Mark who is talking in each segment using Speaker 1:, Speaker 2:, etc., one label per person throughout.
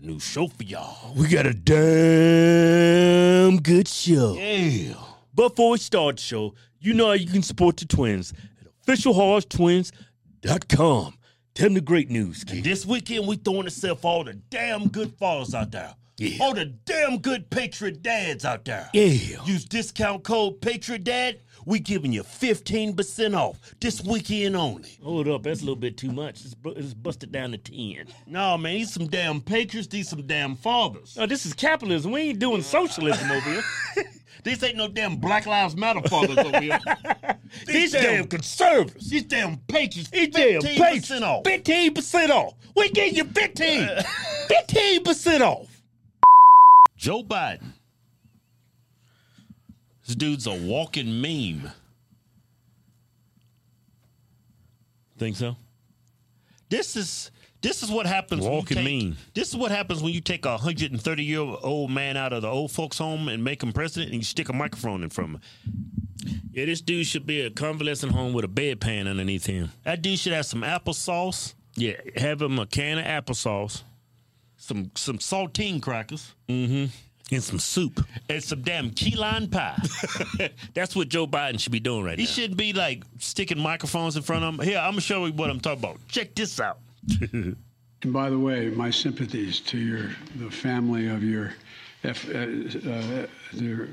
Speaker 1: new show for y'all. We got a damn good show.
Speaker 2: Yeah.
Speaker 1: Before we start the show, you know how you can support the twins at officialhorsetwins.com. Tell them the great news, kid.
Speaker 2: This weekend we throwing itself all the damn good fathers out there.
Speaker 1: Yeah.
Speaker 2: All the damn good Patriot dads out there.
Speaker 1: Yeah.
Speaker 2: Use discount code Patriot Dad. We giving you 15% off this weekend only.
Speaker 1: Hold up, that's a little bit too much. Let's, bu- let's bust it down to 10.
Speaker 2: No, man, these some damn patriots, these some damn fathers.
Speaker 1: No, this is capitalism. We ain't doing socialism over here.
Speaker 2: These ain't no damn Black Lives Matter fathers over here.
Speaker 1: These damn conservatives.
Speaker 2: These damn patriots,
Speaker 1: These damn
Speaker 2: 15%
Speaker 1: patriots.
Speaker 2: off.
Speaker 1: 15% off. We give you 15. 15% off.
Speaker 2: Joe Biden. This dude's a walking meme.
Speaker 1: Think so?
Speaker 2: This is this is what happens. when you
Speaker 1: Walking
Speaker 2: take-
Speaker 1: meme.
Speaker 2: This is what happens when you take a hundred and thirty year old man out of the old folks' home and make him president, and you stick a microphone in front of him.
Speaker 1: Yeah, this dude should be at convalescent home with a bedpan underneath him.
Speaker 2: That dude should have some applesauce,
Speaker 1: Yeah, have him a can of applesauce
Speaker 2: some some saltine crackers,
Speaker 1: and some soup.
Speaker 2: and some damn key lime pie.
Speaker 1: That's what Joe Biden should be doing right
Speaker 2: he
Speaker 1: now.
Speaker 2: shouldn't be like sticking microphones in front of him. Here, I'm gonna show you what I'm talking about. Check this out.
Speaker 3: And by the way, my sympathies to your the family of your F, uh, uh, your,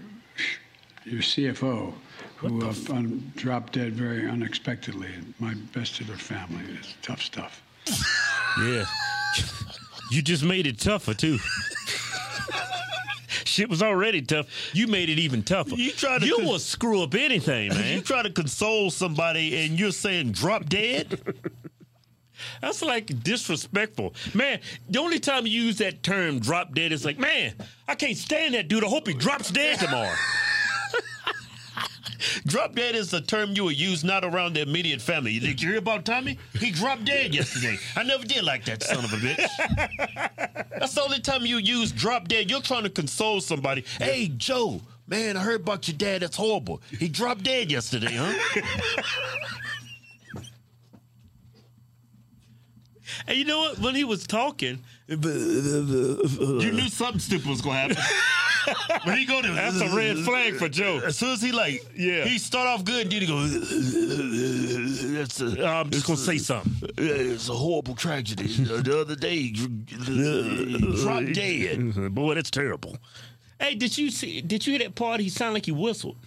Speaker 3: your CFO, who uh, un, dropped dead very unexpectedly. My best to their family. It's tough stuff.
Speaker 1: Yeah. you just made it tougher, too. Shit was already tough. You made it even tougher.
Speaker 2: You tried to
Speaker 1: You
Speaker 2: con-
Speaker 1: will screw up anything,
Speaker 2: You
Speaker 1: man.
Speaker 2: try to console somebody, and you're saying drop dead.
Speaker 1: That's like disrespectful. Man, the only time you use that term drop dead is like, man, I can't stand that dude. I hope he drops dead tomorrow.
Speaker 2: Drop dead is the term you would use not around the immediate family. Did you hear about Tommy? He dropped dead yesterday. I never did like that son of a bitch. That's the only time you use drop dead. You're trying to console somebody. Hey, Joe, man, I heard about your dad. That's horrible. He dropped dead yesterday, huh?
Speaker 1: And you know what? When he was talking,
Speaker 2: you knew something stupid was gonna happen. When he go to
Speaker 1: that's a red flag for Joe.
Speaker 2: As soon as he like,
Speaker 1: Yeah.
Speaker 2: he start off good, then he go. That's a,
Speaker 1: I'm just gonna say something.
Speaker 2: it's a horrible tragedy. the other day, he dropped dead.
Speaker 1: Boy, that's terrible. Hey, did you see? Did you hear that part? He sounded like he whistled.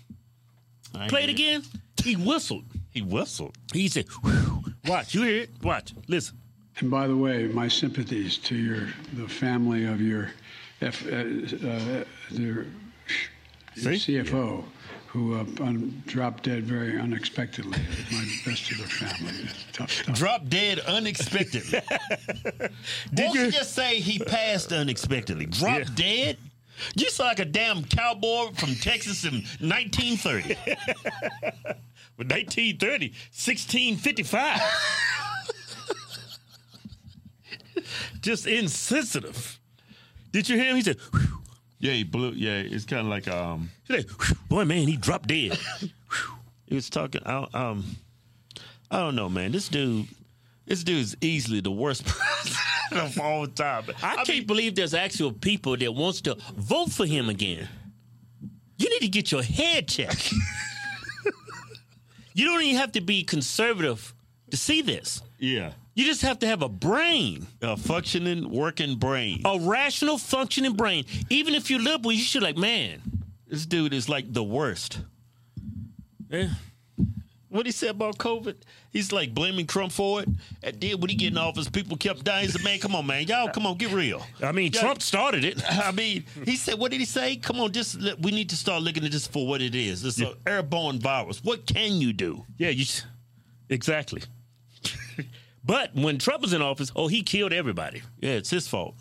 Speaker 1: Play it again. He whistled.
Speaker 2: He whistled.
Speaker 1: He said, "Whew." "Watch, you hear it? Watch, listen."
Speaker 3: And by the way, my sympathies to your the family of your F, uh, uh, your, your CFO, who uh, un, dropped dead very unexpectedly. My best to their family. It's tough stuff.
Speaker 2: Drop dead unexpectedly. Did Won't you just say he passed unexpectedly? Drop
Speaker 1: Yeah.
Speaker 2: dead? You sound like a damn cowboy from Texas in 1930.
Speaker 1: With 1930, 1655. Just insensitive. Did you hear him? He said, "Whew."
Speaker 2: yeah, he blew. Yeah, it's kind of like um.
Speaker 1: He said, "Whew." "Boy, man, he dropped dead."
Speaker 2: He was talking. I, um, I don't know, man. This dude, this dude's easily the worst president of all time.
Speaker 1: I can't believe there's actual people that wants to vote for him again. You need to get your head checked. you don't even have to be conservative to see this.
Speaker 2: Yeah,
Speaker 1: You just have to have a brain,
Speaker 2: a functioning, working brain.
Speaker 1: a rational, functioning brain. Even if you liberal, you should like, man.
Speaker 2: This dude is like the worst.
Speaker 1: Yeah.
Speaker 2: What he said about COVID, he's like blaming Trump for it. And then when he get in office, people kept dying. He said, "Man, come on, man, y'all, come on, get real."
Speaker 1: I mean,
Speaker 2: Yeah.
Speaker 1: Trump started it.
Speaker 2: I mean, he said, "What did he say? Come on, just let, we need to start looking at this for what it is. It's an airborne virus. What can you do?"
Speaker 1: Yeah, you exactly. but when Trump was in office, oh, he killed everybody.
Speaker 2: Yeah, it's his fault.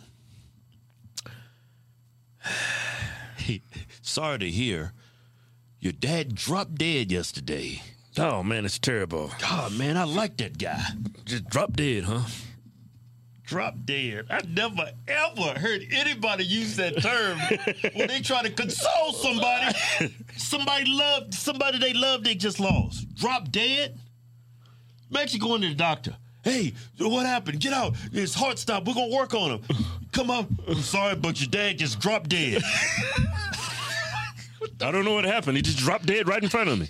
Speaker 2: He- Sorry to hear, your dad dropped dead yesterday.
Speaker 1: Oh man, it's terrible.
Speaker 2: God, man, I like that guy.
Speaker 1: Just drop dead, huh?
Speaker 2: drop dead. I never ever heard anybody use that term when they try to console somebody. Somebody loved somebody they loved they just lost. Drop dead. Imagine going to the doctor. Hey, what happened? Get out. It's heart stop. We're going to work on him. Come on. I'm sorry, but your dad just dropped dead.
Speaker 1: I don't know what happened. He just dropped dead right in front of me.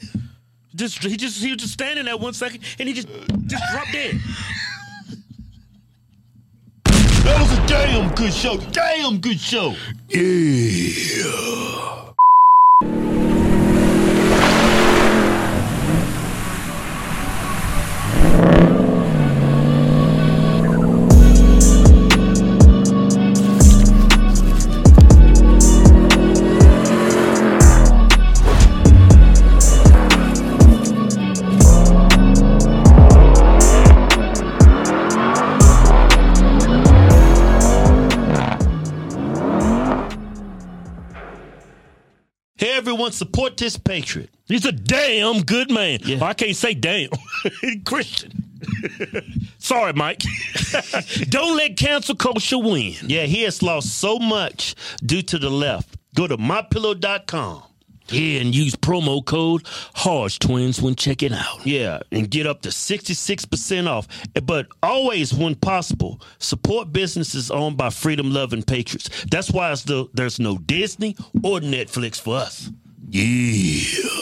Speaker 1: Just he just he was just standing there one second and he just just dropped dead.
Speaker 2: That was a damn good show. Damn good show. Hey, everyone, support this patriot.
Speaker 1: He's a damn good man.
Speaker 2: Yeah.
Speaker 1: Oh, I can't say damn. Christian. Sorry, Mike. don't let cancel culture win.
Speaker 2: Yeah, he has lost so much due to the left. Go to mypillow.com.
Speaker 1: Yeah, and use promo code Hodge Twins when checking out.
Speaker 2: Yeah, and get up to 66% off. But always, when possible, support businesses owned by freedom loving patriots. That's why it's the, there's no Disney or Netflix for us.
Speaker 1: Yeah.